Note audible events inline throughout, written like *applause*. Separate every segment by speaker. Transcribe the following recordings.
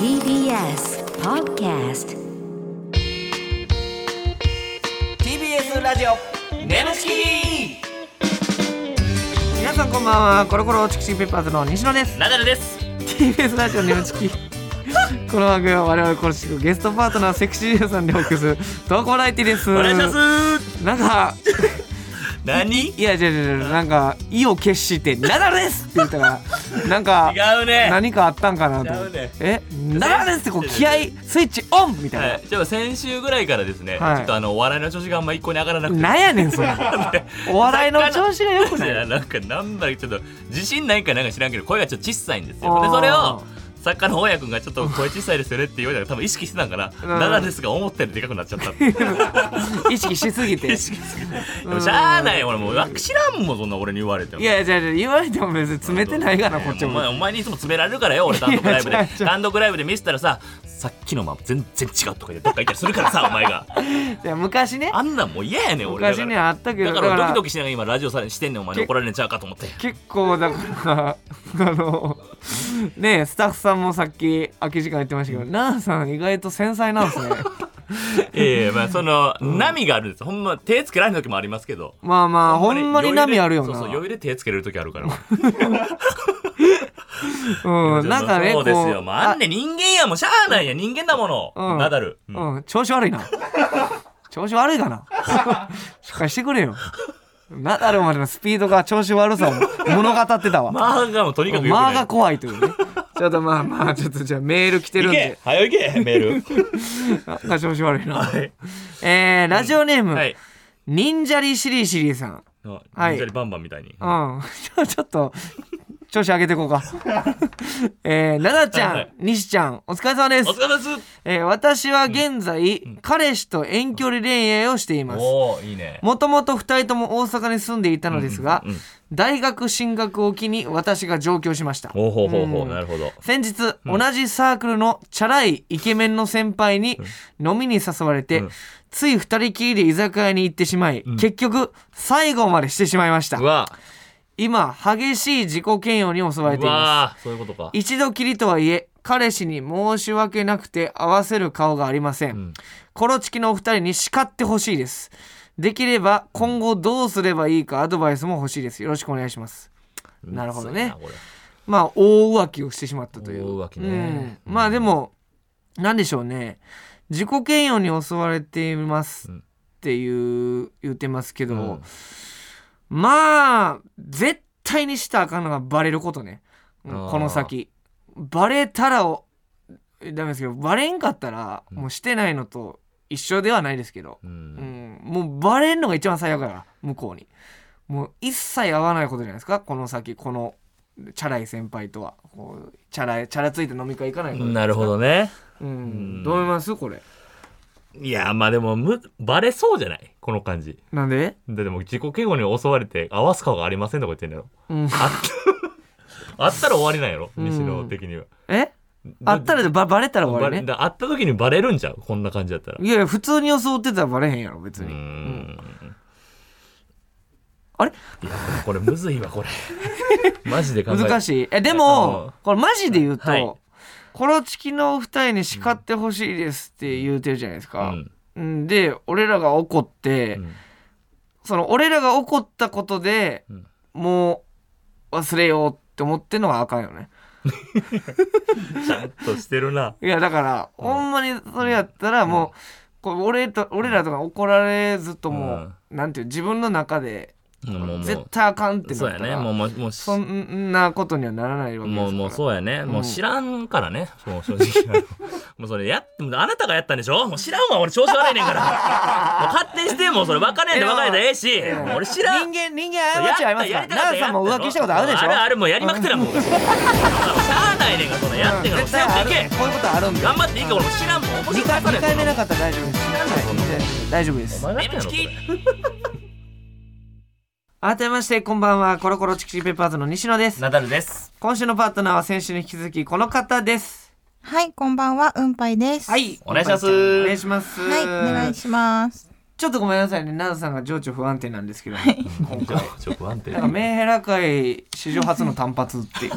Speaker 1: TBS Podcast
Speaker 2: TBS ラジオネムチキ皆さんこんばんはコロコロチキチキペッパーズの西野です
Speaker 3: ナダルです。
Speaker 2: TBS ラジオネムチキ *laughs* この番組は我々コロチキゲストパートナーセクシー女優さんでお送りする投稿ライティです
Speaker 3: お願いします。
Speaker 2: なんか
Speaker 3: 何？
Speaker 2: いや違う違う違うなんか意を決して「ナダルです!」って言っ
Speaker 3: *laughs*
Speaker 2: たからなんか
Speaker 3: 違うね。
Speaker 2: 何かあったんかなと思っ
Speaker 3: 違うね
Speaker 2: てえナダルです!」ってこう気合いスイッチオンみたいな、
Speaker 3: はい。でも先週ぐらいからですね、
Speaker 2: はい
Speaker 3: ちょっとあのお笑いの調子があんま一向に上がらなくて。
Speaker 2: なんやね
Speaker 3: *laughs*
Speaker 2: んそれお笑いの調子が良くない
Speaker 3: いや *laughs* なんかなんだろうちょっと自信ないんかなんか知らんけど声がちょっと小さいんです
Speaker 2: あ
Speaker 3: よ
Speaker 2: ー
Speaker 3: でそれを作家の大家君がちょっと声小さいですよねって言われたら多分意識してたんかな
Speaker 2: うん
Speaker 3: ナダルですが思ったよりでかくなっちゃった
Speaker 2: 意識しすぎて
Speaker 3: 意識すぎてでもしゃあない俺もう知らんもんそんな俺に言われても
Speaker 2: いやいやいや言われても別に詰めてないがなこっち
Speaker 3: お前
Speaker 2: も
Speaker 3: お前にいつも詰められるからよ俺単独ライブ
Speaker 2: *laughs* いや違
Speaker 3: で
Speaker 2: う違う
Speaker 3: 単独ライブで見せたらささっきのまま全然違うとか言ってどっか行ったりする
Speaker 2: *laughs*
Speaker 3: からさお前が
Speaker 2: いや昔ね
Speaker 3: あんなんもう嫌やねん俺だ
Speaker 2: 昔
Speaker 3: か
Speaker 2: ね
Speaker 3: ら
Speaker 2: あったけど
Speaker 3: だからドキドキしながら今ラジオさしてんねんお前に
Speaker 2: け
Speaker 3: 怒られんちゃうかと思って
Speaker 2: 結構だからあのねスタッフさんもさっき空き時間言ってましたけど奈々さん意外と繊細なんですね
Speaker 3: ええまあその波があるんですほんま手つけられない時もありますけど
Speaker 2: まあまあほんま
Speaker 3: *laughs* 余
Speaker 2: に
Speaker 3: 裕で
Speaker 2: 波あるよ
Speaker 3: そうそう
Speaker 2: な
Speaker 3: 余裕で手つけれる時ある
Speaker 2: *laughs*
Speaker 3: から
Speaker 2: うんなんかね
Speaker 3: そ
Speaker 2: こ
Speaker 3: うですよ
Speaker 2: う
Speaker 3: まああんね人間やもうしゃあないや人間だも
Speaker 2: うん
Speaker 3: のナダルうん
Speaker 2: あうん調子悪いな調子悪いかなしっかりしてくれよナダルまでのスピードが調子悪さを物語ってたわ
Speaker 3: まあがもうとにかくよく
Speaker 2: まあ
Speaker 3: な
Speaker 2: が
Speaker 3: い
Speaker 2: 怖いというね。ちょっとまあまあ、ちょっとじゃあメール来てるん
Speaker 3: 行
Speaker 2: で
Speaker 3: け、早いけメー
Speaker 2: *laughs*
Speaker 3: ル
Speaker 2: なんか調子悪いな。
Speaker 3: はい
Speaker 2: えー、ラジオネーム、
Speaker 3: はい
Speaker 2: 忍者りしりしりさん。
Speaker 3: あ忍者にバンバンみたいに
Speaker 2: うん。 *laughs* ちょちょっと、調子上げていこ
Speaker 3: *laughs*
Speaker 2: うか。えー、ななちゃん、
Speaker 3: はいはい
Speaker 2: 西ちゃん、お疲れ様で
Speaker 3: お
Speaker 2: す
Speaker 3: 疲。れ様です
Speaker 2: えー、私は現在、彼氏と遠距離恋愛をしています。
Speaker 3: おおいいね
Speaker 2: もともと2人とも大阪に住んでいたのですが、
Speaker 3: うんうんうん
Speaker 2: 大学進学を機に私が上京しました。
Speaker 3: おおほうほうほ
Speaker 2: う
Speaker 3: うんなるほど
Speaker 2: 先日、同じサークルのチャラいイケメンの先輩に飲みに誘われて、
Speaker 3: うん
Speaker 2: つい二人きりで居酒屋に行ってしまい、結局最後までしてしまいました
Speaker 3: うわ
Speaker 2: 今激しい自己嫌悪に襲われ
Speaker 3: う
Speaker 2: ていま
Speaker 3: わそういうことか
Speaker 2: す一度きりとはいえ彼氏に申し訳なくて合わせる顔がありません、
Speaker 3: ん
Speaker 2: コロチキのお二人に叱ってほしいですできれば今後どうすればいいかアドバイスも欲しいですよろしくお願いしますなるほど
Speaker 3: そう
Speaker 2: ね
Speaker 3: やなこれ
Speaker 2: まあ大浮気をしてしまったという
Speaker 3: 大浮気ね
Speaker 2: うんまあでも何でしょうね自己嫌悪に襲われていますっていう、言ってますけど、
Speaker 3: うん
Speaker 2: まあ絶対にしたらあかんのがバレることねうん
Speaker 3: あー
Speaker 2: この先バレたらをダメですけどバレんかったらもうしてないのと一緒ではないですけど、
Speaker 3: う
Speaker 2: うんん、もうバレんのが一番最悪だから向こうにもう一切会わないことじゃないですかこの先このチャラい先輩とはこうチャラいチャラついて飲み会行かないことじゃ
Speaker 3: ない
Speaker 2: で
Speaker 3: る
Speaker 2: すか
Speaker 3: ほ、どね
Speaker 2: うん
Speaker 3: ん
Speaker 2: どう思いますこれ
Speaker 3: いやまあでもむバレそうじゃないこの感じ
Speaker 2: なんで、
Speaker 3: ででも自己嫌悪に襲われて合わす顔がありませんとか言ってんだろ
Speaker 2: うん、 *laughs*
Speaker 3: あったら終わりなんやろ
Speaker 2: うん
Speaker 3: 西野的には
Speaker 2: えあったらでばバレたら終わ
Speaker 3: バ
Speaker 2: り
Speaker 3: レ
Speaker 2: ね
Speaker 3: だ会った時にバレるんちゃうこんな感じだったら
Speaker 2: いやいや普通に装ってたらバレへんやろ別
Speaker 3: う
Speaker 2: に、うん
Speaker 3: ん
Speaker 2: あれ
Speaker 3: いやこれむずいわ
Speaker 2: *laughs*
Speaker 3: これマジで考え
Speaker 2: 難
Speaker 3: い
Speaker 2: しいえで
Speaker 3: う
Speaker 2: も
Speaker 3: ん
Speaker 2: これマジで言うと、
Speaker 3: はい
Speaker 2: コロチキのお二人に叱ってほしいですって言うてるじゃないです
Speaker 3: う
Speaker 2: か、
Speaker 3: ん
Speaker 2: うん、で俺らが怒って、
Speaker 3: うん
Speaker 2: その俺らが怒ったことで、
Speaker 3: うん
Speaker 2: もう忘れようって思ってんのはあかんよね
Speaker 3: ちゃんとしてるない
Speaker 2: やだから、
Speaker 3: うん
Speaker 2: ほんまにそれやったらもう、こう俺と俺らとか怒られずとも、なんていう自分の中で
Speaker 3: もうもうもう
Speaker 2: 絶対あかんって
Speaker 3: そう
Speaker 2: なっ
Speaker 3: や
Speaker 2: た
Speaker 3: ね
Speaker 2: ら
Speaker 3: もうもうもう
Speaker 2: そんなことにはならないわけですか
Speaker 3: も
Speaker 2: ら
Speaker 3: うもうそうやね、もううん知らんからねもう正直 *laughs* もうそれやっあなたがやったんでしょもう知らんわ俺調子悪いねんから
Speaker 2: *laughs*
Speaker 3: もう勝手にしてもうそれ別れんで別れたらええし
Speaker 2: ええ
Speaker 3: もう俺知らん
Speaker 2: 人間人間過ちありますから
Speaker 3: やったや
Speaker 2: 奈
Speaker 3: りた
Speaker 2: 良さんも浮気したことあるでしょ
Speaker 3: あるあるもうやりまくってたもん俺しゃあないねんからそのやってんから
Speaker 2: 絶対ある
Speaker 3: 強くいけ
Speaker 2: こういうことあるんで
Speaker 3: 頑張っていいか俺も知らんもん面
Speaker 2: 2
Speaker 3: 白
Speaker 2: 回
Speaker 3: い
Speaker 2: 二回目
Speaker 3: な
Speaker 2: なかったら大丈夫ですはい大丈夫です
Speaker 3: お前がや
Speaker 4: M
Speaker 3: った
Speaker 4: チ
Speaker 3: ん
Speaker 4: キ
Speaker 3: やろ
Speaker 2: 改めましてこんばんはコロコロチキチキペッパーズの西野です
Speaker 3: ナダルです
Speaker 2: 今週のパートナーは先週に引き続きこの方です
Speaker 4: はい、こんばんは、うんぱいです。
Speaker 2: は。い
Speaker 3: お願いします
Speaker 2: お願いします
Speaker 4: はい、お願いします。
Speaker 2: ちょっとごめんなさいね奈良さんが情緒不安定なんですけど今回
Speaker 3: ちょっと不安定
Speaker 4: *laughs*
Speaker 2: なんかメンヘラ界史上初の単発っていう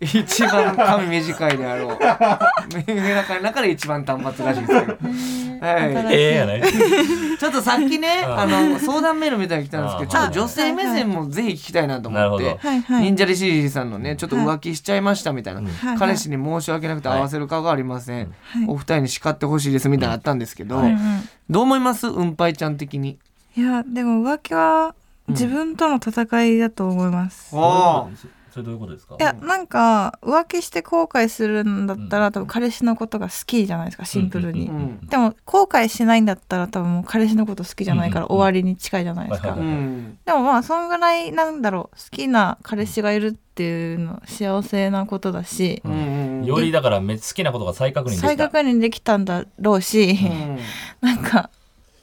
Speaker 2: 一番髪短いであろう。メガカの中で一番短髪らしいですけど。は
Speaker 4: 新
Speaker 2: い、
Speaker 4: しい
Speaker 3: ええやない。
Speaker 2: ちょっとさっきね、
Speaker 3: ん
Speaker 2: あの相談メールみたいに来たんですけど、ちょ
Speaker 3: あ
Speaker 2: っと女性目線もぜひ聞きたいなと
Speaker 3: なる
Speaker 2: 思っ
Speaker 3: ほ
Speaker 2: て
Speaker 3: ど。
Speaker 4: はいはい。
Speaker 2: 忍者でしりしりさんのね、ちょっと浮気しちゃいましたみたいな、
Speaker 4: はい
Speaker 2: 彼氏に申し訳なくて合わせる顔がありません、
Speaker 4: はい
Speaker 2: お二人に叱ってほしいですみたいなのあったんですけど、
Speaker 4: うんうん
Speaker 2: どう思いますうんぱいちゃん的に。
Speaker 4: いやでも浮気は自分との戦いだと思います。
Speaker 2: おー
Speaker 3: それどういうことですか
Speaker 4: いやなんか浮気して後悔するんだったら多分彼氏のことが好きじゃないですかシンプルに
Speaker 2: う。ん
Speaker 4: でも後悔しないんだったら多分もう彼氏のこと好きじゃないか
Speaker 3: うんうんう
Speaker 4: ら
Speaker 3: ん
Speaker 4: 終わりに近いじゃないです
Speaker 3: はい
Speaker 4: か
Speaker 3: は
Speaker 2: う
Speaker 3: い。
Speaker 2: ん
Speaker 4: でもまあそんぐらいなんだろう好きな彼氏がいるっていうの幸せなことだし
Speaker 2: うんうん
Speaker 3: よりだからめ好きなことが再確認で
Speaker 4: 再
Speaker 3: きた
Speaker 4: 確。認できたんだろうし、
Speaker 2: うん
Speaker 4: なんか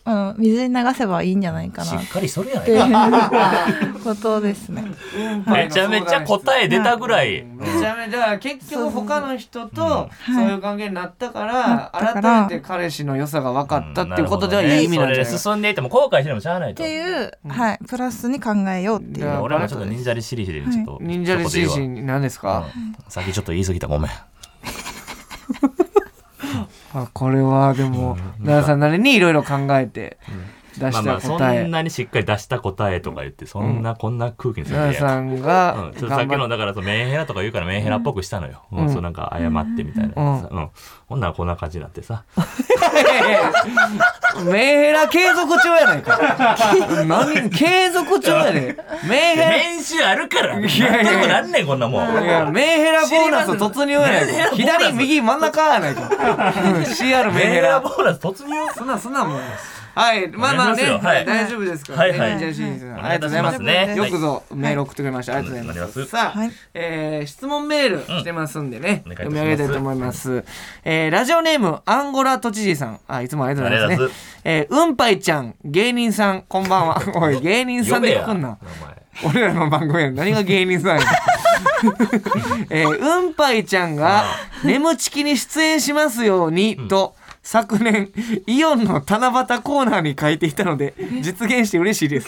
Speaker 4: あの水に流せばいいんじゃないか
Speaker 3: し
Speaker 4: なっ
Speaker 3: っかりしとるやな
Speaker 4: て
Speaker 3: いか。
Speaker 2: *laughs*
Speaker 4: いうことですね。
Speaker 3: めちゃめちゃ答え出たぐらい。
Speaker 2: めちゃめちゃ結局他の人と
Speaker 4: うん
Speaker 2: そういう関係になったから
Speaker 4: はいなったから
Speaker 2: 改めて彼氏の良さが分かったっていうことではいい意味なんじゃない
Speaker 3: それで進んでいっても後悔してもしゃあない
Speaker 4: っ
Speaker 3: と。
Speaker 4: て
Speaker 3: い
Speaker 4: いう、
Speaker 2: うん
Speaker 4: はい、プラスに考えようってい。
Speaker 2: いうや
Speaker 3: や俺もちょっと忍者でしりしりでちょっと。
Speaker 2: 忍者レシーシン何ですか、
Speaker 3: うん。さっきちょっと言い過ぎたごめん。
Speaker 2: あこれはでも奈良さんなりにいろいろ考えて出
Speaker 3: まあま
Speaker 2: した
Speaker 3: あそ
Speaker 2: 答え
Speaker 3: んなにしっかり出した答えとか言ってそんなこんな空気にするの
Speaker 2: 奈良
Speaker 3: 嫌や
Speaker 2: さんが
Speaker 3: うん、ちょっとさっ
Speaker 2: 頑
Speaker 3: き
Speaker 2: 張
Speaker 3: の
Speaker 2: っ
Speaker 3: だからそのメンヘラとか言うからメンヘラっぽくしたのよ、うん
Speaker 2: うん
Speaker 3: そうなんか謝ってみたいな、
Speaker 2: うん
Speaker 3: うん、ほんならこんな感じになってさ
Speaker 2: てメンヘラ継続中やないか
Speaker 3: *laughs*
Speaker 2: 何継続中やでメンヘラ
Speaker 3: 練習あるから
Speaker 2: いやいやいや
Speaker 3: なんともなんねんこんなもん
Speaker 2: いや、メンヘラボーナス突入やないか。
Speaker 3: 知りません
Speaker 2: 左、右、真ん中やないか。うん CR メン
Speaker 3: メン
Speaker 2: ヘ
Speaker 3: ヘラ
Speaker 2: ラ
Speaker 3: ボ。ーナス突入
Speaker 2: そんな、そんなもん。はい、まあまあね、
Speaker 3: お願いしますよはい
Speaker 2: 大丈夫ですから、
Speaker 3: は
Speaker 2: ね。
Speaker 3: いはい
Speaker 2: じゃあ清水さん
Speaker 3: お
Speaker 2: あ
Speaker 3: 願
Speaker 2: り
Speaker 3: いいた
Speaker 2: がとうご
Speaker 3: し
Speaker 2: ざいま
Speaker 3: ますす。ね
Speaker 2: よくぞメール送ってくれました。ありがとうございます。
Speaker 3: はい
Speaker 2: さあ、
Speaker 4: はい
Speaker 2: えー質問メールしてますんでね、
Speaker 3: お願いいたしま
Speaker 2: 読
Speaker 3: す
Speaker 2: み上げたいと思います。えーラジオネーム、アンゴラ都知事さん。あ、いつもありがとうござ
Speaker 3: ありが
Speaker 2: いますね
Speaker 3: とうございま。
Speaker 2: えーうんぱいちゃん、芸人さん、こんばんは。おい、芸人さんで来んな
Speaker 3: 呼。べや
Speaker 2: 俺らの番組やの何が芸
Speaker 3: *laughs*
Speaker 2: 人さんやねんえーうんぱいちゃんが「眠ちきに出演しますように」と、昨年イオンの七夕コーナーに書いていたので実現して嬉しいです。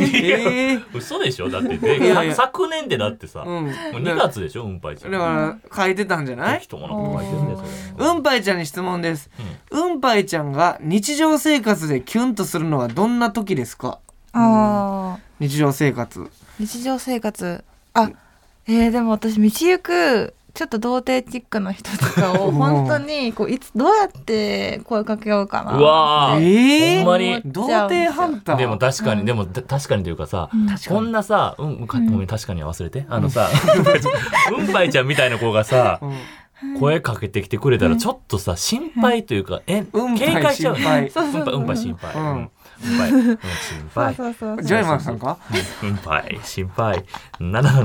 Speaker 3: お
Speaker 2: ー
Speaker 3: 前嘘でしょだって
Speaker 2: *laughs* いやいや
Speaker 3: で昨年でだってさ、
Speaker 2: うん
Speaker 3: もう2月でしょうんぱいちゃ
Speaker 2: だ
Speaker 3: ん
Speaker 2: から書いてたんじゃない
Speaker 3: 適当なこと書いてるねそれ
Speaker 2: うんぱいちゃんに質問です。うんぱいちゃんが日常生活でキュンとするのはどんな時ですか
Speaker 4: ああ、
Speaker 2: 日常生活。
Speaker 4: 日常生活。あ、えー、でも私道行く。ちょっと童貞チックな人とかを本当にこういつどうやって声かけようかな。
Speaker 3: うわー
Speaker 2: えー、
Speaker 3: ほんまに
Speaker 2: 童貞ハンター。
Speaker 3: でも確かに、でもた確かにというかさ、こんなさ、うん、うんかごめん、確かには忘れて。あの
Speaker 2: *laughs*
Speaker 3: さ、うんぱいちゃんみたいな子がさ、
Speaker 2: うん
Speaker 3: 声かけてきてくれたら、ちょっとさ、心配というか、え、
Speaker 2: うん
Speaker 3: 警戒しちゃう
Speaker 2: 心配
Speaker 3: ね。うんぱい、うんぱい、心配。
Speaker 2: う
Speaker 3: うんんうんぱい、うん心
Speaker 4: そう
Speaker 3: 配。
Speaker 4: そうそうそう。
Speaker 2: ジョイマンさんか
Speaker 3: うんうんぱい、心配。なななな、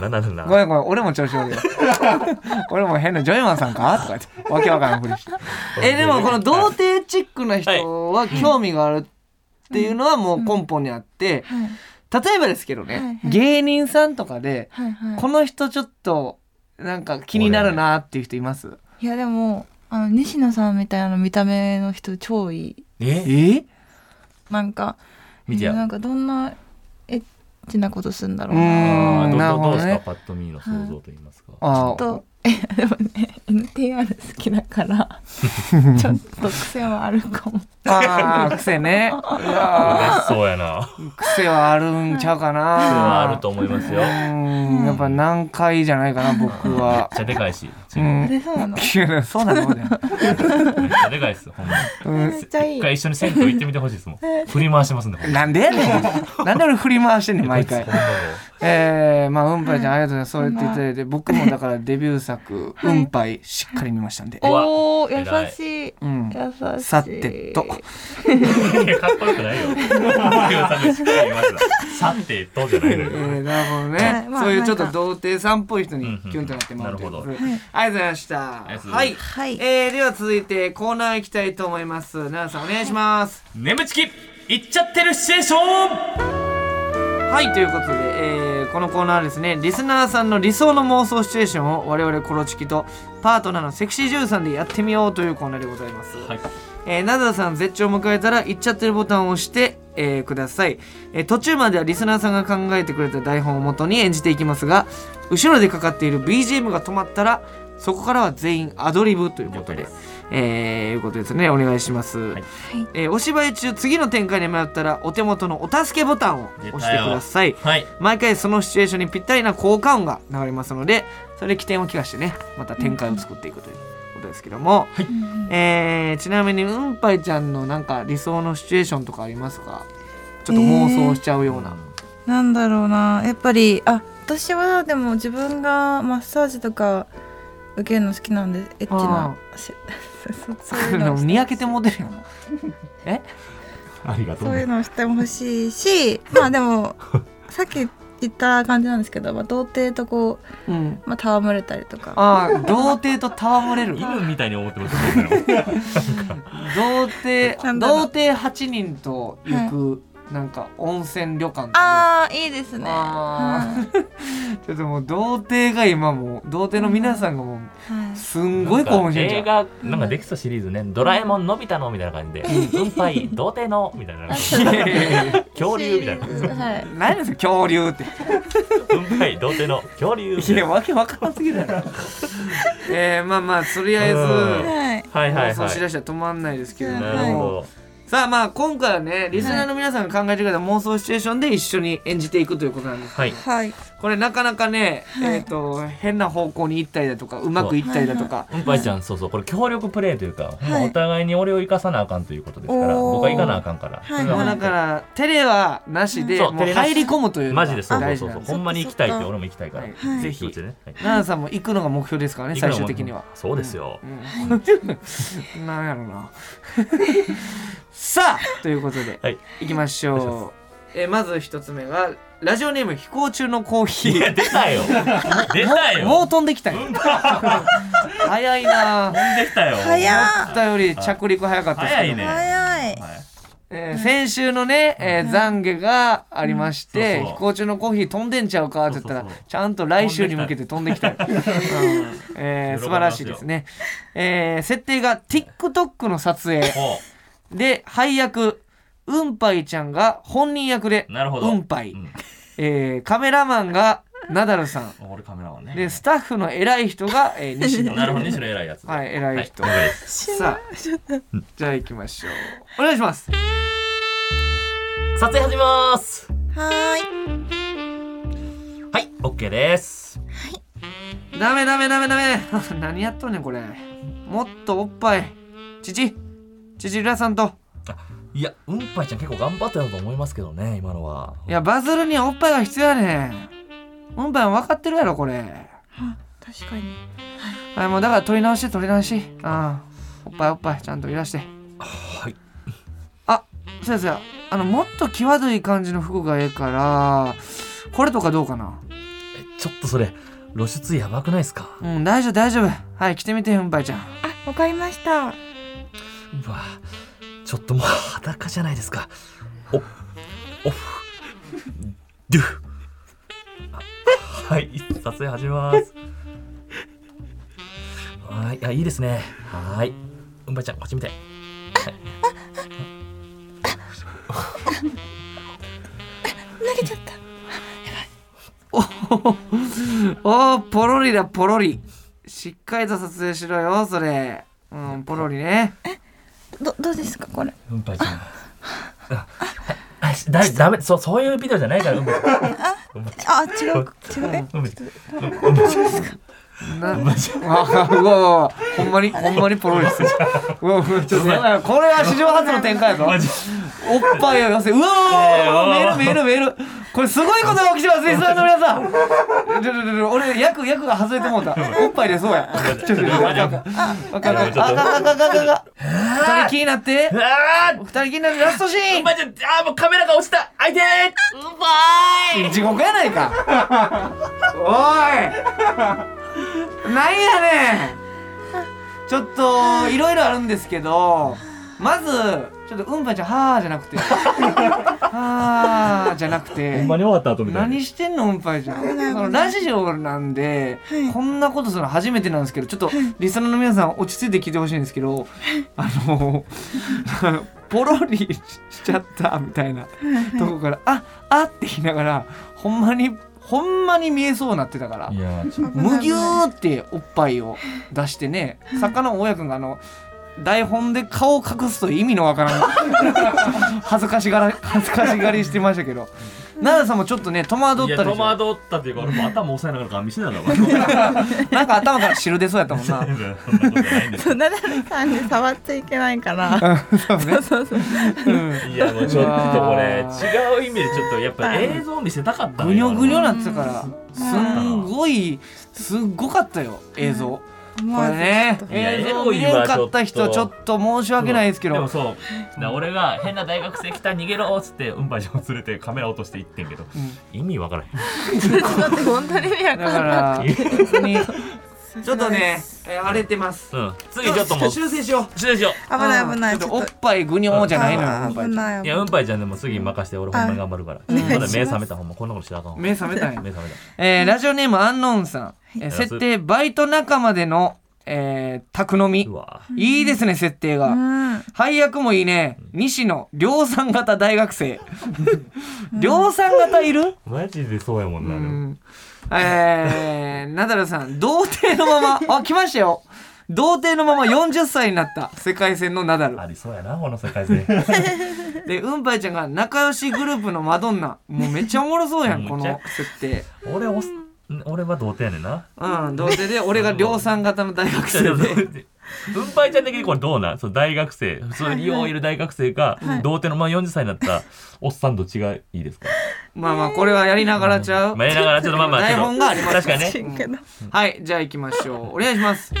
Speaker 3: なななな。
Speaker 2: *laughs* ごめんごめん、俺も調子悪い。 *laughs* 俺も変なジョイマンさんかとか言って、わけわからんふりして。
Speaker 4: *laughs*
Speaker 2: え、でもこの童貞チックな人は興味があるっていうのはもう根本にあって、
Speaker 4: はい
Speaker 2: 例えばですけど
Speaker 4: はい
Speaker 2: ね、
Speaker 4: はい
Speaker 2: 芸人さんとかで、
Speaker 4: はいはい。
Speaker 2: この人ちょっと、なんか気になるなっていう人います
Speaker 4: いやでもあの西野さんみたいな見た目の人超いい。
Speaker 3: え
Speaker 2: え
Speaker 4: なんか
Speaker 3: 見て
Speaker 4: えーな
Speaker 3: や
Speaker 4: ん。かどんなエッチなことするんだろう
Speaker 2: う
Speaker 4: な。
Speaker 3: あー
Speaker 2: ん、なる
Speaker 3: どど
Speaker 2: ほ
Speaker 3: どう
Speaker 2: ど
Speaker 3: ですか
Speaker 2: ね。
Speaker 3: パッと見の想像と言いますか。
Speaker 2: あー
Speaker 4: とえでもね NTR 好きだから
Speaker 3: *laughs*
Speaker 4: ちょっと癖はあるかも。
Speaker 2: あー、癖ね。うわ
Speaker 3: 嬉しそうやな。それ
Speaker 2: ー癖はあるんちゃうかな。癖
Speaker 3: はあると思いますよ。
Speaker 2: う
Speaker 3: めっ
Speaker 2: ん、やっぱ難解じゃないかな、僕は。
Speaker 3: ちゃでかいし。めっち
Speaker 2: う
Speaker 3: ゃ
Speaker 2: ん。
Speaker 4: *laughs* でそうなの。
Speaker 2: いやそうなのね。
Speaker 3: でかいっすよ、ほんまに。
Speaker 4: めっちゃい
Speaker 3: 一
Speaker 4: い。
Speaker 3: 回一緒に銭湯行ってみてほしいですもん。振り回してますんで。ほんま
Speaker 2: なんでやね
Speaker 4: *laughs*
Speaker 2: ん。なんで俺振り回してんねん、毎回
Speaker 3: こいつ。ほんまも
Speaker 2: えー、まあ、うんぱいちゃん、ありがとうございます。そう言っていただいて、僕もだからデビュー作、うんぱい、しっかり見ましたんで。
Speaker 4: おお優
Speaker 3: 偉い
Speaker 4: しい。
Speaker 2: うん。
Speaker 4: 優しい。
Speaker 2: さてと。
Speaker 3: ういやかっこよくないよ。しっかり言いますわさてとじゃないの
Speaker 2: え
Speaker 3: よ。
Speaker 2: ー、なるほど
Speaker 4: は
Speaker 2: ね
Speaker 4: い。まあ
Speaker 2: そういうちょっ
Speaker 4: な
Speaker 2: と
Speaker 4: んか
Speaker 2: 童貞さんっぽい人
Speaker 3: うん
Speaker 2: に
Speaker 3: うん
Speaker 2: キュンとなってもらうということで
Speaker 3: なる
Speaker 2: ありがとうございました。
Speaker 3: りがとうご
Speaker 2: は
Speaker 3: ざい
Speaker 2: い
Speaker 3: ま。
Speaker 4: はい。
Speaker 2: えー、では続いてコーナー行きたいと思います。奈良さんお願いします。
Speaker 3: 眠ちき、行っちゃってるシチュエーション
Speaker 2: はいということで、えーこのコーナーはですねリスナーさんの理想の妄想シチュエーションを我々コロチキとパートナーのセクシージューさんでやってみようというコーナーでございます、
Speaker 3: はい。
Speaker 2: えー、ナダルさん絶頂を迎えたら行っちゃってるボタンを押して、えーください、えー途中まではリスナーさんが考えてくれた台本をもとに演じていきますが後ろでかかっている BGM が止まったらそこからは全員アドリブということで
Speaker 3: 了解で
Speaker 2: えーいうことですねお願いします、
Speaker 3: い
Speaker 2: えーお芝居中次の展開に迷ったらお手元のお助けボタンを押してください
Speaker 3: はい
Speaker 2: 毎回そのシチュエーションにぴったりな効果音が流れますのでそれで起点を利かしてねまた展開を作っていくということですけども、えーちなみにうんぱいちゃんのなんか理想のシチュエーションとかありますかちょっと妄想しちゃうような、
Speaker 4: なんだろうなやっぱりあ私はでも自分がマッサージとか受けるの好きなんでエッチなし *laughs* そうそう *laughs*
Speaker 2: *laughs*
Speaker 4: いうのを
Speaker 2: にやけてモデルやん
Speaker 3: ありがとう
Speaker 4: そうい
Speaker 3: ね
Speaker 4: うのをしてほしいしまあでもさっき言った感じなんですけど、まあ、童貞とこ
Speaker 2: うん
Speaker 4: う、まあ、戯れたりとか
Speaker 2: ああ童貞と戯れる
Speaker 3: 犬みたいに思ってますよ僕らは
Speaker 2: 童貞
Speaker 4: なんだろ
Speaker 2: 童
Speaker 4: う
Speaker 2: 貞8人と行く、なんか温泉旅館とか
Speaker 4: あーいいですね
Speaker 2: あ
Speaker 4: はい
Speaker 2: ちょっともう童貞が今もう童貞の皆さんがも
Speaker 4: は
Speaker 2: う *laughs*
Speaker 4: い
Speaker 2: すんごい興奮してんじゃん
Speaker 3: 映画なんかできそうシリーズね「ドラえもんのび太の」みたいな感じで「うんぱい童貞の」みたいな恐竜みたいな
Speaker 4: はい
Speaker 2: *laughs* 何ですか恐竜って
Speaker 3: うんぱい童貞の恐竜みた
Speaker 2: *laughs* い
Speaker 3: いな
Speaker 2: やわけわからんすぎだろ *laughs* えー、まあまあとりあえず
Speaker 3: うん
Speaker 4: はい
Speaker 3: はいはい
Speaker 2: 放送
Speaker 3: は
Speaker 2: し
Speaker 3: い
Speaker 2: だしたら止まんないですけれども、
Speaker 3: なるほど
Speaker 2: さあまあ今回はねリスナーの皆さんが考えてくれた妄想シチュエーションで一緒に演じていくということなんです
Speaker 3: はい
Speaker 4: はい
Speaker 2: これなかなかね、
Speaker 4: はい
Speaker 2: えっ、と変な方向に行ったりだとかうまくいったりだとか、
Speaker 3: うんぱいちゃんそうそうこれ協力プレーというか、ほんま
Speaker 4: はい
Speaker 3: お互いに俺を生かさなあかんということですから
Speaker 4: おー
Speaker 3: 僕は行かなあかんから、
Speaker 4: はい
Speaker 2: もうだから照れはなしで、
Speaker 3: そう
Speaker 2: もう
Speaker 3: 照れなし
Speaker 2: 入り込むというのが
Speaker 3: マジで
Speaker 2: 大事
Speaker 3: そう
Speaker 2: なん
Speaker 3: そうそ
Speaker 2: です
Speaker 3: う
Speaker 2: よ
Speaker 3: そうほんまに行きたいっ
Speaker 4: そってか
Speaker 3: 俺も行きたいから、
Speaker 2: はい
Speaker 4: はい
Speaker 3: ぜひ気持ちでね、はい
Speaker 2: 奈々さんも行くのが目標ですからね最終的には
Speaker 3: そうですよ、
Speaker 2: うん、 *laughs* なんやろなさあということで、
Speaker 3: はいい、
Speaker 2: きまし
Speaker 3: お願いし
Speaker 2: ょうえまず一つ目がラジオネーム飛行中のコーヒ
Speaker 3: いや
Speaker 2: ー
Speaker 3: 出たよ出たよ
Speaker 2: もう飛んできたよ *laughs* 早いな
Speaker 3: 飛んできたよ
Speaker 4: 早っ
Speaker 2: 思ったより着陸早かったですけ
Speaker 3: 早
Speaker 2: ど
Speaker 3: いね、
Speaker 4: 早
Speaker 3: は
Speaker 4: い
Speaker 3: い
Speaker 2: えー先週のね、えー懺悔がありまし
Speaker 3: うん
Speaker 2: て、
Speaker 3: そうそう
Speaker 2: 飛行中のコーヒー飛んでんちゃうかって言ったら
Speaker 3: そうそうそう
Speaker 2: ちゃんと来週に向けて飛んできたよ、うんえー素晴らしいですね、えー設定が TikTok の撮影
Speaker 3: お
Speaker 2: で配役うんぱいちゃんが本人役で
Speaker 3: なるほど
Speaker 2: うんぱい、
Speaker 3: うん
Speaker 2: えーカメラマンがナダルさん
Speaker 3: 俺カメラマンね
Speaker 2: でスタッフの偉い人が、えー西野
Speaker 3: なるほど西の偉いやつ
Speaker 2: はいい偉い人、
Speaker 3: はい
Speaker 2: さあじゃあ行きましょうお願いします
Speaker 3: 撮影始めます
Speaker 4: は
Speaker 3: はい OK です
Speaker 2: ダメダメダメダメ *laughs* 何やっとんねんこれもっとおっぱい父父浦さんと
Speaker 3: いやうんぱいちゃん結構頑張ってたと思いますけどね今のはい
Speaker 2: やバズるにはおっぱいが必要やねんうんぱいも分かってるやろこれ
Speaker 4: ーい確かに
Speaker 2: はいもうだから取り直し取り直しああおっぱいおっぱいちゃんといらして
Speaker 3: はい
Speaker 2: あそうやそうやあのもっと際どい感じの服がええからこれとかどうかな
Speaker 3: えちょっとそれ露出やばくないですか
Speaker 2: うん大丈夫大丈夫はい着てみてうんぱいちゃん *laughs*
Speaker 4: あわかりました
Speaker 3: うわちょっともう裸じゃないですかおオフデュあはい撮影始めますはいあいいですねはいうんばちゃんこっち見て
Speaker 4: 投げちゃった
Speaker 2: おーポロリだポロリしっかりと撮影しろよそれうんポロリね
Speaker 4: どどうですかこれ
Speaker 3: うんぱいちゃんああしだだめそうそういうビデオじゃないからうんぱい
Speaker 4: あ違う違うえ
Speaker 3: うんぱいうんぱいちゃん
Speaker 2: なあうわうわうわほんまにほんまにポロリですようわうわちょっとやばいやばいこれは史上初の展開やぞ
Speaker 3: マジ
Speaker 2: おっぱいを寄せうわ
Speaker 3: えー
Speaker 2: ー
Speaker 3: おー
Speaker 2: メールメールメールこれすごいことが起きてますリスナーの皆さんちょちょちょ俺役役が外れてもうたおっぱいでそうやちょちょちょあかんあかんあかんあかんあかんあかんあかんあかん二人気になって
Speaker 3: うわー
Speaker 2: 二人気になってラストシー
Speaker 3: うん
Speaker 2: ン
Speaker 3: ぱいちゃんあーもうカメラが落ちた開いてーうんぱーい
Speaker 2: 地獄やないか *laughs* おいなんやねんちょっといろいろあるんですけどまずちょっとうんぱいちゃんはあじゃなくてはあじゃなくて
Speaker 3: ほんまに終わった後みたいな
Speaker 2: 何してんのうんぱいちゃんそのラジオなんで、こんなことするの初めてなんですけどちょっとリスナーの皆さん落ち着いて聞いてほしいんですけどあのポロリしちゃったみたいなとこから「ああって言いながらほんまにほんまに見えそうになってたから
Speaker 3: い。やちょっと
Speaker 2: むぎゅーっておっぱいを出してね作家の大家君があの台本で顔を隠すという意味のわからん *laughs* 恥ずかしがら恥ずかしがりしてましたけど奈良さんもちょっとね戸惑
Speaker 3: い
Speaker 2: っ
Speaker 3: や
Speaker 2: たで
Speaker 3: 戸
Speaker 2: しょ
Speaker 3: 惑ったっていうか俺も頭押さえながら顔見せながらそんなこ
Speaker 2: なんか頭から汁出そうやったもんな
Speaker 3: *laughs* とないんです
Speaker 4: そうナダルさんに触っちゃいけないから。
Speaker 2: そうね
Speaker 4: そうそ
Speaker 2: う
Speaker 4: う。
Speaker 2: ん
Speaker 3: いやもうちょっとこれ違う意味でちょっとやっぱ映像見せたかった
Speaker 2: ぐにょぐにょ
Speaker 3: な
Speaker 2: なってたからすんごいすっごかったよ映像
Speaker 4: 思
Speaker 2: これ
Speaker 4: わず
Speaker 2: ね
Speaker 4: ちょっと
Speaker 3: いや
Speaker 2: 映像見れんかった
Speaker 3: エ
Speaker 2: 人
Speaker 3: ロいわ
Speaker 2: ち
Speaker 3: ち
Speaker 2: ょ
Speaker 3: ょっ
Speaker 2: っ
Speaker 3: と
Speaker 2: と申し訳ないですけ
Speaker 3: でも
Speaker 2: ど
Speaker 3: そうだから俺が変な大学生来た逃げろっつってうんぱいちゃんを連れてカメラ落として行ってんけど意味わからへん
Speaker 4: だって本当に意味わ
Speaker 2: だ
Speaker 4: か
Speaker 2: か
Speaker 4: んな
Speaker 2: ら
Speaker 4: い。
Speaker 2: 本当 *laughs* にちょっとねえー荒れてます
Speaker 3: うん次ちょっともう
Speaker 2: 修正しよう
Speaker 3: 失礼しよ
Speaker 4: 危ない危ない。
Speaker 2: ち
Speaker 4: ち
Speaker 2: ょ
Speaker 4: ょ
Speaker 2: っ
Speaker 4: っ
Speaker 2: と
Speaker 4: と
Speaker 2: おっぱいぐにょーじゃないのよおっぱい
Speaker 4: 危ないい。
Speaker 3: やうんぱいちゃんでも次任して俺ほんまに頑張るから
Speaker 4: お願いし
Speaker 3: ま
Speaker 4: ま
Speaker 3: だ
Speaker 4: す
Speaker 3: 目覚めたほんまこんなことしてあかんわ目
Speaker 2: 目覚めたんや
Speaker 4: *laughs*
Speaker 3: 覚めた
Speaker 2: えーラジオネームアンノーンさんえー
Speaker 3: はい
Speaker 2: 設定バイト仲間でのえー宅飲み
Speaker 3: うわ
Speaker 2: いいですね設定
Speaker 4: う
Speaker 2: が
Speaker 4: ん。
Speaker 2: 配役もいいね西野量産型大学生量産型いる
Speaker 3: マジでそうやもんなでも
Speaker 2: えー、ナダルさん童貞のままあ来ましたよ童貞のまま40歳になった世界戦のナダル
Speaker 3: ありそうやなこの世界で
Speaker 2: でうんぱいちゃんが仲良しグループのマドンナもうめっちゃおもろそうやんこ
Speaker 3: めっちゃ
Speaker 2: の設定
Speaker 3: 俺おす俺は童貞やねんな
Speaker 2: うん童貞で俺が量産型の大学
Speaker 3: いやで
Speaker 2: 生
Speaker 3: も
Speaker 2: で
Speaker 3: *laughs* 分配ちゃん的にこれどうなんその大学生それよういる大学生か、童貞のまあ40歳になったおっさんどっちがいいですか
Speaker 2: まあまあこれはやりながらちゃう
Speaker 3: まあやりながらちょっとまあまあ
Speaker 2: *laughs*
Speaker 3: ち
Speaker 2: 台
Speaker 3: ょっと
Speaker 2: 本があります
Speaker 3: 確かにね
Speaker 4: しんけど。
Speaker 2: はいじゃあ行きましょうお願いします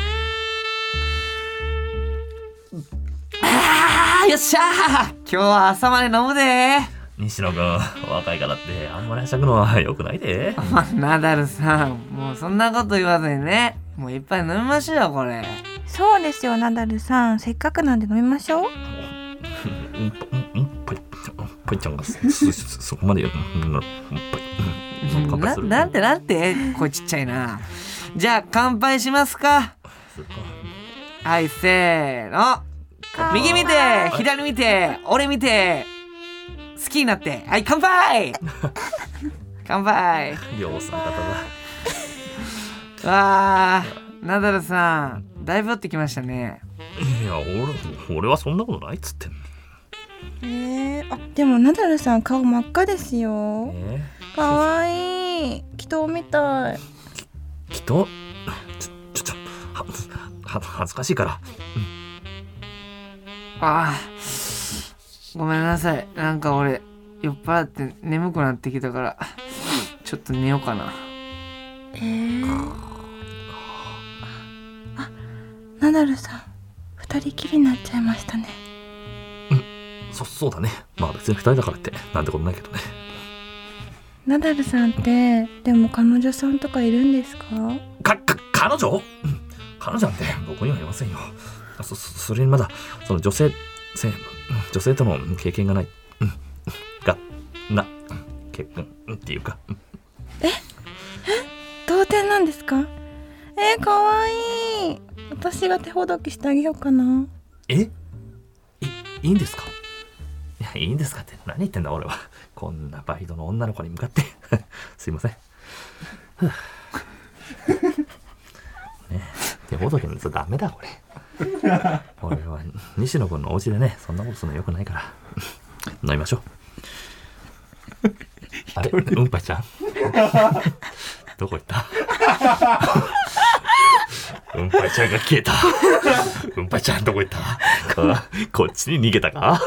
Speaker 2: あーよっしゃー今日は朝まで飲むで
Speaker 3: 西野君若いからってあんまりはしゃぐのはよくないで
Speaker 2: まあナダルさんもうそんなこと言わずにねもういっぱい飲みましょうよこれ
Speaker 4: そうですよナダルさん。せっかくなんで飲みましょう。
Speaker 3: うんぽうんぽいうんぽいちゃんがすすすそこまでやるうんうんぽいうん乾杯
Speaker 2: な
Speaker 3: する
Speaker 2: なんてなんて *laughs* これちっちゃいなじゃあ乾杯しますか
Speaker 3: すごい
Speaker 2: はいせーの右見て左見て俺見て好きになってはい乾杯乾杯
Speaker 3: 量産型だ
Speaker 2: わあナダルさんだいぶ酔ってきましたね
Speaker 3: いや俺俺はそんなことないっつってんの
Speaker 4: えー、あでもナダルさん顔真っ赤ですよ。
Speaker 3: ね
Speaker 4: 可愛いい。祈祷みたい。
Speaker 3: きっとちょちょちょはは恥ずかしいから
Speaker 2: ああごめんなさいなんか俺酔っ払って眠くなってきたからちょっと寝ようかな
Speaker 4: えー、あナダルさん二人きりになっちゃいましたね。
Speaker 3: そそうだねまあ別に二人だからってなんてことないけどね
Speaker 4: ナダルさんってでも彼女さんとかいるんですか？
Speaker 3: かか彼女うん彼女なんて僕にはいませんよあそそそれにまだその女性せうん女性とのうん経験がないうんうんがなうんけうんっていうかうん
Speaker 4: 童貞なんですか？えー、可愛いい。私が手ほどきしてあげようかな。
Speaker 3: えいいいんですかいやいいんですかって何言ってんだ俺はこんなバイトの女の子に向かって *laughs* すいません *laughs* ふうね手ほどきのやつダメだこれ俺は西野君のお家でねそんなことするのよくないから飲みましょうあれうんぱちゃん *laughs* どこ行ったうんぱいちゃんが消えた。うんぱいちゃんどこ行ったかこっちに逃げたか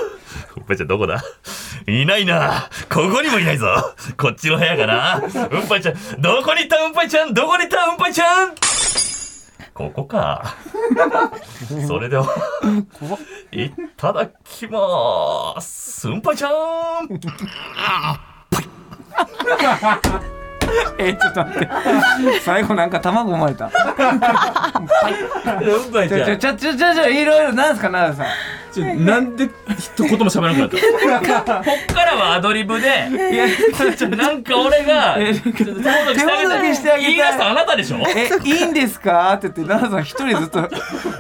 Speaker 3: うんぱいちゃんどこだいないな。ここにもいないぞ。こっちの部屋かな。うんぱいちゃん、どこに行ったうんぱいちゃんどこに行ったうんぱいちゃんここか。それでは、いただきます。うんぱいちゃん。
Speaker 2: *laughs* えー、ちょっと待って。最後なんか卵生まれた。
Speaker 3: うんぱい
Speaker 2: ちょ
Speaker 3: ち
Speaker 2: ち
Speaker 3: ゃ
Speaker 2: ょ
Speaker 3: ん
Speaker 2: ちょちょちょちょいろいろなんすかなんすか。
Speaker 3: ちょなんで一言も喋らなくなったこっからはアドリブで
Speaker 2: いやちょ
Speaker 3: なんか俺が
Speaker 2: え
Speaker 3: 手ほどきしてあげたい言い出したあなたでしょ
Speaker 2: えいいんですかって言って奈々さん一人ずっと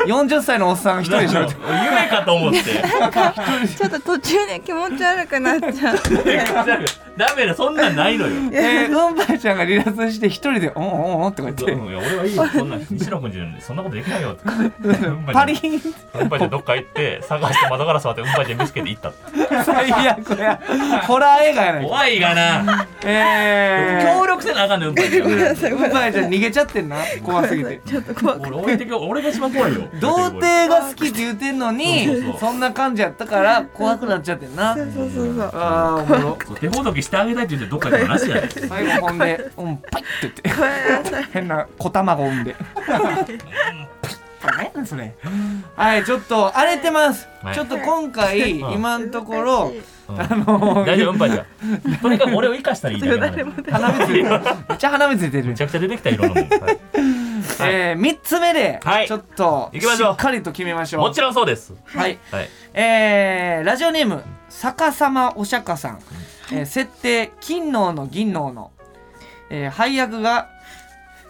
Speaker 2: 40歳のおっさん一人
Speaker 3: *laughs*
Speaker 2: でしょ。
Speaker 3: 夢かと思って
Speaker 4: ちょっと途中で気持ち悪くなっちゃって
Speaker 3: ダメだそんなんないのよ
Speaker 2: *laughs* えー、うんぱいちゃんが離脱して一人で「おんおんおん」とか
Speaker 3: いや
Speaker 2: 言って
Speaker 3: 俺はいいよそんな西野君じゃないそんなことできないよって
Speaker 2: 「パリン!」
Speaker 3: うんぱいちゃんどっか行って探して窓ガラス割ってうんぱいちゃん見つけて行ったって
Speaker 2: 最悪やホラー映画やないか
Speaker 3: 怖いがな
Speaker 2: えー、
Speaker 3: 協力せなあかんねんうんぱいちゃん
Speaker 2: うんぱいちゃん逃げちゃってんな怖すぎて
Speaker 4: ちょっと怖く
Speaker 3: 俺置いてけ俺が一番怖いよ
Speaker 2: 童貞が好きって言ってんの
Speaker 3: そうそう
Speaker 2: に
Speaker 3: そう
Speaker 2: そんな感じやったから怖くなっちゃってんな
Speaker 4: そうそうそうそう
Speaker 2: あーおもろ
Speaker 3: そう手ほどきしてあげたいって言ってどっか行ったらなしやで
Speaker 2: 最後ほんで「うんぱい」って言って変な子卵産ん
Speaker 3: *laughs*
Speaker 2: で何やねんそれはいちょっと荒れてます、
Speaker 3: はい
Speaker 2: ちょっと今回
Speaker 3: うん
Speaker 2: 今のところ
Speaker 3: うん
Speaker 2: あの
Speaker 3: 大丈夫うんぱいちゃんとにかく俺を生かしたらいいだけなのよ
Speaker 2: 鼻水めっちゃ鼻水出てる
Speaker 3: めちゃくちゃ出てきた色のもん、はい
Speaker 2: えー、3つ目で、
Speaker 3: はい
Speaker 2: ちょっと
Speaker 3: 行きましょう
Speaker 2: っかりと決めましょう
Speaker 3: もちろんそうです
Speaker 2: はい
Speaker 3: はい
Speaker 2: えー、ラジオネーム逆さまお釈迦さん、えー設定金のの銀のの、えー配役が、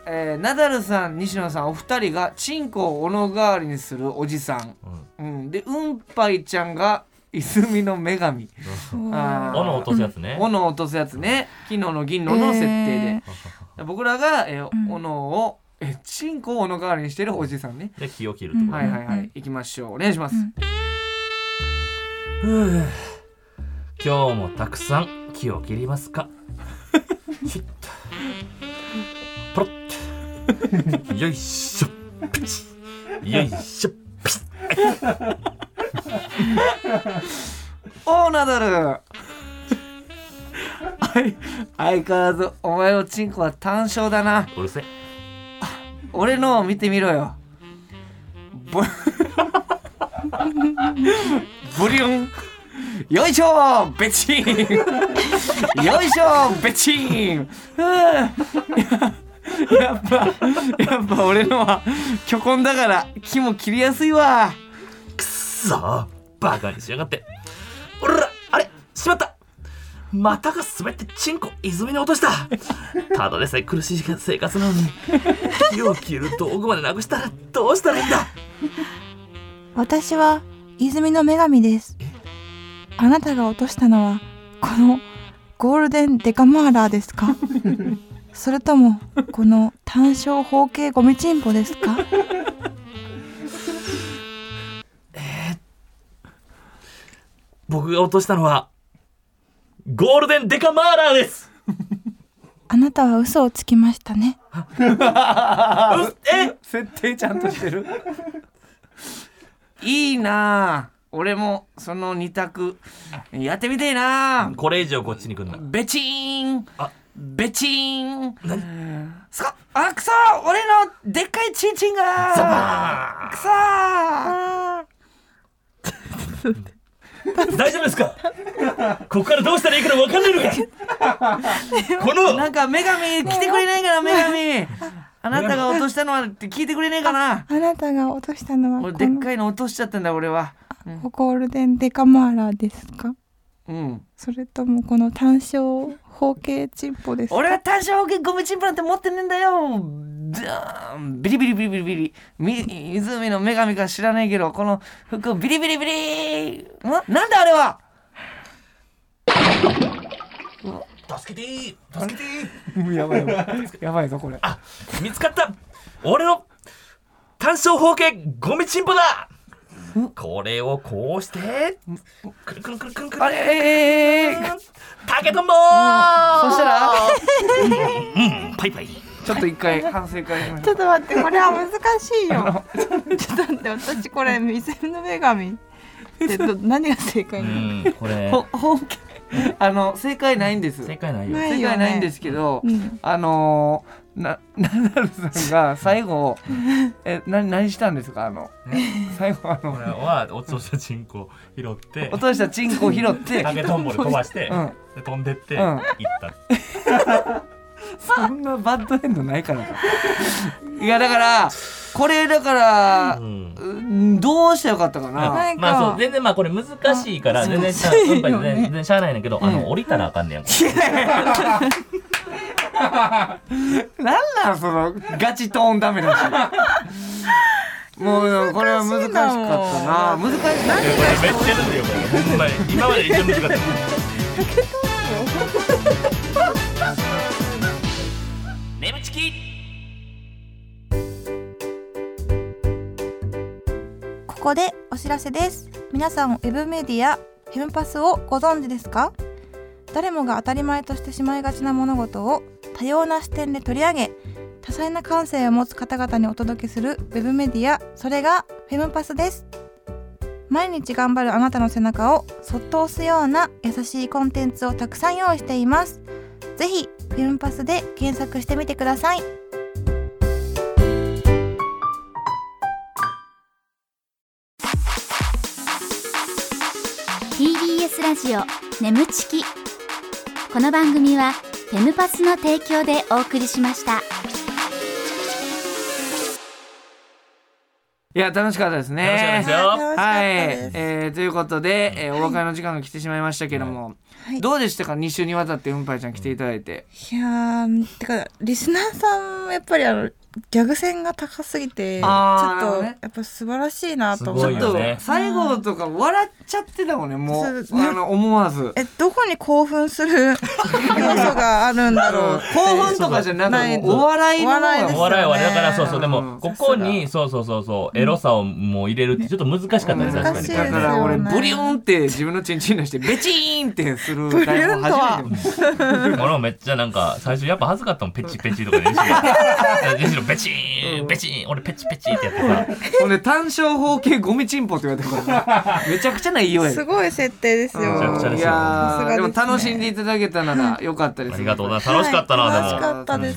Speaker 2: えーナダルさん西野さんお二人がチンコを斧代わりにするおじさん、うん、でうんぱいちゃんが泉の女神あー
Speaker 3: 斧落とすやつね
Speaker 2: 斧を落とすやつね金のの銀のの設定で、僕らが、えー
Speaker 4: ん
Speaker 2: 斧をえーチンコを斧代わりにしてるおじさんね、
Speaker 3: で気を切るってこと
Speaker 2: はいはいはい
Speaker 4: うん
Speaker 2: 行きましょうお願いします、
Speaker 4: うん
Speaker 3: ふう今日もたくさん気を切りますかひゅっとポロッとよいしょピチよいしょピチ
Speaker 2: おーナダルはい *laughs* 相変わらずお前のチンコは単勝だな
Speaker 3: うるせえ
Speaker 2: 俺のを見てみろよボボリュンよいしょーベチーンよいしょーベチーンふぅややっぱやっぱ俺のは巨根だから木も切りやすいわ
Speaker 3: さあバカにしやがっておらあれしまったまたが滑ってチンコ泉に落としたただでさえ苦しい生活なのに気を切る道具までなくしたらどうしたらいいんだ
Speaker 4: 私は泉の女神ですあなたが落としたのはこのゴールデンデカマーラーです
Speaker 2: *laughs*
Speaker 4: かそれともこの単焦方形ゴミチンポですか
Speaker 3: 僕が落としたのはゴールデンデカマーラーです
Speaker 4: あなたは嘘をつきましたね
Speaker 3: うっえ
Speaker 2: 設定ちゃんとしてるいいなあ俺もその二択やってみてえなあ
Speaker 3: これ以上こっちに来んな
Speaker 2: ベチーン
Speaker 3: あ
Speaker 2: ベチーンすこあくそ俺のでっかいチンチンがくそ
Speaker 3: 大丈夫ですかここからどうしたらいいか分かんないのかこ
Speaker 2: *laughs* な
Speaker 3: の
Speaker 2: んか女神来てくれないかな女神あなたが落としたのはって聞いてくれねえかな
Speaker 4: あなたが落としたのは
Speaker 2: 俺
Speaker 4: こ
Speaker 2: でっ
Speaker 4: の
Speaker 2: かいの落としちゃったんだ俺は
Speaker 4: ゴールデンデカマーラーですか
Speaker 2: うん
Speaker 4: それともこの単焦方形チンポですか
Speaker 2: 俺は単勝保険ゴムチンプなんて持ってねえんだよダーンビリビリビリビリビリみ湖の女神か知らないけどこの服ビリビリビリんなんだあれは
Speaker 3: 助けてー助けてー
Speaker 2: *laughs* やばいやばいやばいぞこれ
Speaker 3: あ見つかった俺の単勝方形ゴミチンポだこれをこうしてくるくるくるくるくる
Speaker 2: あれええええ
Speaker 3: 竹とんぼ
Speaker 2: そしたら
Speaker 3: うんパイパイ
Speaker 2: ちょっと一回反省会しまし
Speaker 4: ち
Speaker 2: ょ
Speaker 4: ょ
Speaker 2: う
Speaker 4: っと待ってこれは難しいよちょっと待って私これ泉の女神ってど何が正解
Speaker 3: う
Speaker 4: なの
Speaker 3: んこれ
Speaker 2: ほ本気 *laughs* あの正解ないんです
Speaker 3: 正
Speaker 2: 正
Speaker 3: 解ないよ
Speaker 4: ないよね
Speaker 2: 解ないんですけど、
Speaker 4: うん
Speaker 2: あのー、なナダルさんが最後えな何したんですかあの最後あ
Speaker 3: こ
Speaker 2: の
Speaker 3: れは落としたチンコ拾って
Speaker 2: 落としたチ
Speaker 4: *laughs*
Speaker 2: ンコを拾って
Speaker 3: 竹とんぼで飛ばして
Speaker 2: うん
Speaker 3: で飛んでって
Speaker 2: うん
Speaker 3: 行った
Speaker 2: そんなバッドエンドないからいやだからこれだから、
Speaker 3: ん
Speaker 2: うんどうしてよかったかな、
Speaker 4: なんか
Speaker 5: まあそう全然まあこれ難しいから全然しゃあ
Speaker 4: 難
Speaker 5: や
Speaker 4: しいよね
Speaker 5: っぱり全然しゃあないねんだけど、あ
Speaker 2: うん
Speaker 5: の降りたらあかんねやん
Speaker 2: なんなんそのガチトーンダメだ *laughs* しもうこれは難しかったな難しかった
Speaker 3: これめっちゃむずいよこれほんまに今まで一番難しかった
Speaker 5: 眠ちき
Speaker 4: ここでお知らせです皆さんウェブメディアヘムパスをご存知ですか誰もが当たり前としてしまいがちな物事を多様な視点で取り上げ多彩な感性を持つ方々にお届けするウェブメディアそれがフェムパスです毎日頑張るあなたの背中をそっと押すような優しいコンテンツをたくさん用意していますぜひフェムパスで検索してみてください
Speaker 6: 「TBS ラジオ眠ちき」この番組はフェムパスの提供でお送りしました。
Speaker 2: いや楽しかったですね
Speaker 5: 楽しかったですよ
Speaker 2: はい、えーということで、えーお別れの時間が来てしまいましたけども、
Speaker 4: はい
Speaker 2: どうでしたか2週にわたってうんぱいちゃん来ていただいて、
Speaker 4: いやーてかリスナーさんもやっぱりあのギャグ線が高すぎてちょ
Speaker 2: あーな
Speaker 4: っ
Speaker 2: るほど
Speaker 4: と
Speaker 2: ね
Speaker 4: やっぱ素晴らしいなと
Speaker 5: す
Speaker 4: 思
Speaker 5: ご
Speaker 4: っ
Speaker 5: い
Speaker 4: て
Speaker 2: ちょ
Speaker 5: よ
Speaker 2: っと
Speaker 5: ね
Speaker 2: 最後とか笑っちゃってたもんねも
Speaker 4: そうで
Speaker 2: う
Speaker 4: すね
Speaker 2: あの思わず。
Speaker 4: えどこに興奮する要素があるんだ
Speaker 2: *laughs*
Speaker 4: ろう
Speaker 2: 興奮とかじゃな
Speaker 4: ない
Speaker 2: くもうお笑いの方が
Speaker 4: お笑いです
Speaker 5: お *laughs* 笑いはねだからそうそうで
Speaker 2: う
Speaker 5: も
Speaker 2: ん
Speaker 5: ここにそうそうそうそうエロさをもう入れるってちょっと難しかったね
Speaker 4: うん
Speaker 5: 確かに
Speaker 4: 難しいで
Speaker 2: だか
Speaker 4: すよね
Speaker 2: ら俺ブリューンって自分のチンチン出してベチーンってする台本初めて見た
Speaker 5: 俺もめっちゃなんか最初やっぱ恥ずかったもんペチペチとかでむしろペチーンペチーン俺ペチペチってやってさ
Speaker 2: ほんで単焦方形ゴミチンポって言われたからめちゃくちゃな言いようやです
Speaker 4: ごい設定ですよ
Speaker 5: めちゃくちゃ
Speaker 2: い
Speaker 5: ですよ
Speaker 2: や
Speaker 4: さす
Speaker 2: ー
Speaker 4: がです
Speaker 2: で
Speaker 4: ね
Speaker 2: も楽しんでいただけたなら良かったです
Speaker 5: ありがとうございます楽しかったなで
Speaker 4: は
Speaker 5: も
Speaker 4: い楽しかったで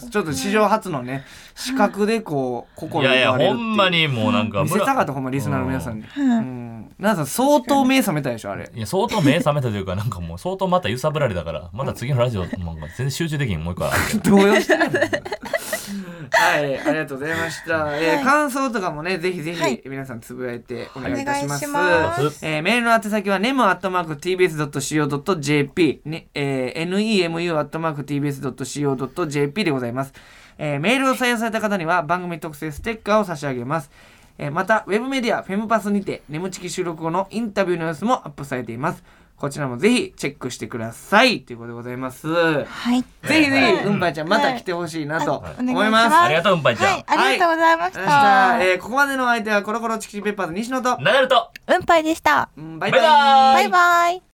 Speaker 4: す
Speaker 2: ちょっと史上初のね視覚でこう心
Speaker 5: いやいや
Speaker 2: 奪われる
Speaker 5: ほ
Speaker 2: ってうん
Speaker 5: まにもうなんか
Speaker 2: 見せたかったほんまリスナーの皆さんに
Speaker 4: ん
Speaker 2: うん皆さん相当目覚めたでしょあれ
Speaker 5: いや相当目覚めたというかなんかもう相当また揺さぶられたからまた次のラジオなんか全然集中できんもう一
Speaker 2: *laughs*
Speaker 5: 回あるけど
Speaker 2: 動揺してないもんはいありがとうございました、えー感想とかもねぜひぜ
Speaker 4: はい
Speaker 2: ひ皆さんつぶやいてお願いいたします,、
Speaker 4: お願いし
Speaker 5: ます
Speaker 2: えーメールの宛先は nemu.tbs.co.jp、ねえー nemu.tbs.co.jp でございます、えーメールを採用された方には番組特製ステッカーを差し上げますえーまた、ウェブメディアフェムパスにて、ネムチキ収録後のインタビューの様子もアップされています。こちらもぜひチェックしてください。ということでございます。
Speaker 4: はい
Speaker 2: ぜひぜひ、うんぱいちゃんまた来てほしいなと
Speaker 4: はい
Speaker 2: 思います。
Speaker 5: ありがとううんぱいちゃん
Speaker 4: はいありがとうございました、
Speaker 2: 明日えーここまでのお相手はコロコロチキチキペッパーズ西野と、
Speaker 5: ナダルと
Speaker 4: うんぱいでした
Speaker 2: うん
Speaker 5: バ
Speaker 2: バ
Speaker 5: イバーイ
Speaker 4: バイバイ